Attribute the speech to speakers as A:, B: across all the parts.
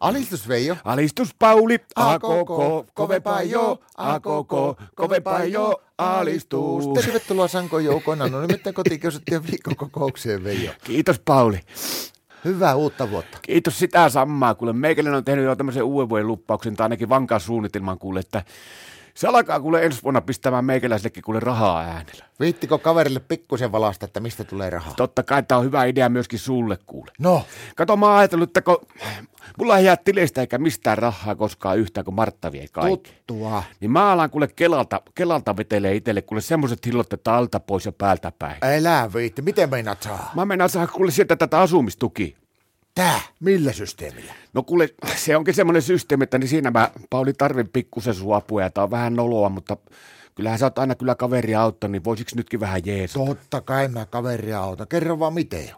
A: Alistus Veijo.
B: Alistus Pauli, a koko,
A: AKK,
B: kovempaa jo, a koko, kovempaa jo, alistus.
A: Tervetuloa Sanko Joukona, no nimittäin kotikiusattujen viikkokokoukseen Veijo.
B: Kiitos Pauli.
A: Hyvää uutta vuotta.
B: Kiitos sitä samaa. Kuule, meikäläinen on tehnyt jo tämmöisen uuden vuoden luppauksen tai ainakin vankan suunnitelman kuule, että se alkaa kuule ensi vuonna pistämään meikäläisellekin kuule rahaa äänellä.
A: Viittikö kaverille pikkusen valasta, että mistä tulee rahaa?
B: Totta kai tämä on hyvä idea myöskin sulle kuule.
A: No,
B: Kato, mä oon ajatellut, että kun mulla ei jää tilistä eikä mistään rahaa koskaan yhtään, kun Martta vie kaikki.
A: tuttua.
B: Niin mä alan kuule Kelalta, Kelalta vetelee itselle kuule semmoset hillot, että alta pois ja päältä päin.
A: Elä viitti, miten meinaat saa?
B: Mä mennään saada kuule sieltä tätä asumistuki.
A: Tää, millä systeemillä?
B: No kuule, se onkin semmoinen systeemi, että niin siinä mä, Pauli, tarvin pikkusen sun apua ja tää on vähän noloa, mutta kyllähän sä oot aina kyllä kaveria auttanut, niin voisiko nytkin vähän jees.
A: Totta kai mä kaveria autan. Kerro vaan miten.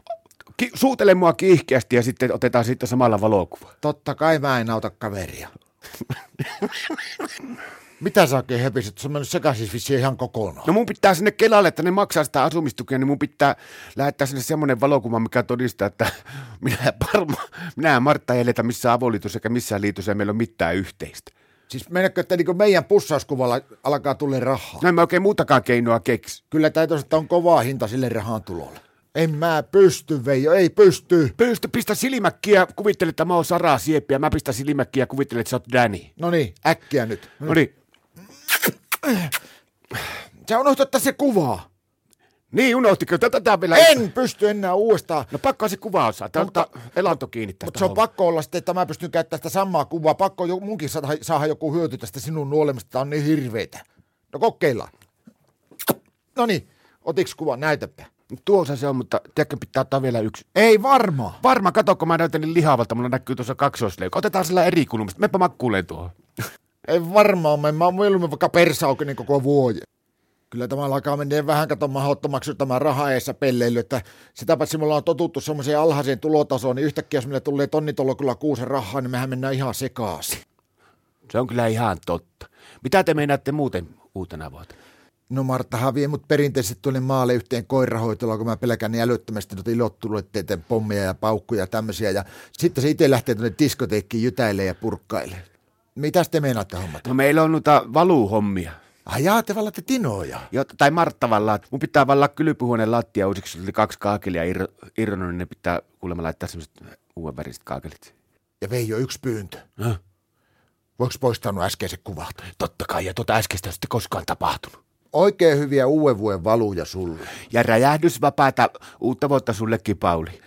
B: Ki- suutele mua kiihkeästi ja sitten otetaan siitä samalla valokuva.
A: Totta kai mä en auta kaveria. Mitä sä oikein hepisit? Se on mennyt sekaisin vissiin ihan kokonaan.
B: No mun pitää sinne Kelalle, että ne maksaa sitä asumistukea, niin mun pitää lähettää sinne semmoinen valokuva, mikä todistaa, että minä ja, Parma, minä ja Martta ei eletä missään avoliitossa eikä missään liitossa ja meillä on mitään yhteistä.
A: Siis mennäkö, että niin meidän pussauskuvalla alkaa tulla rahaa?
B: No en mä oikein muutakaan keinoa keksi.
A: Kyllä täytyy sanoa, että on kovaa hinta sille rahan tulolle. En mä pysty, Veijo, ei pysty.
B: Pysty, pistä silmäkkiä ja kuvittele, että mä oon Sara Sieppi ja mä pistän silmäkkiä ja kuvittele, että sä oot Danny.
A: No niin, äkkiä nyt.
B: No niin,
A: niin. Sä unohtat tässä kuvaa.
B: niin unohtiko tätä tää vielä?
A: En pysty enää uudestaan.
B: No pakkaa se kuva osaa, tää ottaa elanto kiinni tästä
A: Mutta se on
B: hommasta.
A: pakko olla sitten, että mä pystyn käyttämään sitä samaa kuvaa. Pakko jo, munkin saada, saada joku hyöty tästä sinun nuolemista. Tää on niin hirveitä. No kokeillaan. No niin, otiks kuva, näytäpä.
B: Tuossa se on, mutta tiedätkö, pitää ottaa vielä yksi.
A: Ei varmaan.
B: Varma, kato, kun mä näytän niin lihavalta, mulla näkyy tuossa kaksoisleikko. Otetaan sillä eri kulmasta. Mepä makkuuleen tuohon.
A: Ei varmaan mene. Mä oon mieluummin vaikka persaukinen koko vuoden. Kyllä tämä alkaa mennä vähän kato mahdottomaksi tämä raha eessä pelleily, että sitä paitsi me ollaan totuttu semmoiseen alhaiseen tulotasoon, niin yhtäkkiä jos meille tulee tonnitolokulla kuusen rahaa, niin mehän mennään ihan sekaisin.
B: Se on kyllä ihan totta. Mitä te meinaatte muuten uutena vuotena?
A: No Marttahan vie mut perinteisesti tuonne maalle yhteen koirahoitolla, kun mä pelkään niin älyttömästi noita ilotulotteiden pommeja ja paukkuja ja tämmöisiä. Ja sitten se itse lähtee tuonne diskoteikkiin jytäilee ja purkkailee. Mitäs te meinaatte hommata?
B: No meillä on noita valuuhommia.
A: Ajaa, te valatte tinoja.
B: Jo, tai Martta vallaa. Mun pitää vallaa kylpyhuoneen lattia uusiksi, kun oli kaksi kaakelia ir- irronnut, niin ne pitää kuulemma laittaa semmoiset uuden väriset kaakelit.
A: Ja Veijo, yksi pyyntö.
B: Häh?
A: Voiko poistaa nuo äskeiset kuvat?
B: Totta kai, ja tuota äskeistä ei ole sitten koskaan tapahtunut.
A: Oikein hyviä uuden vuoden valuja sulle.
B: Ja räjähdysvapaata uutta vuotta sullekin, Pauli.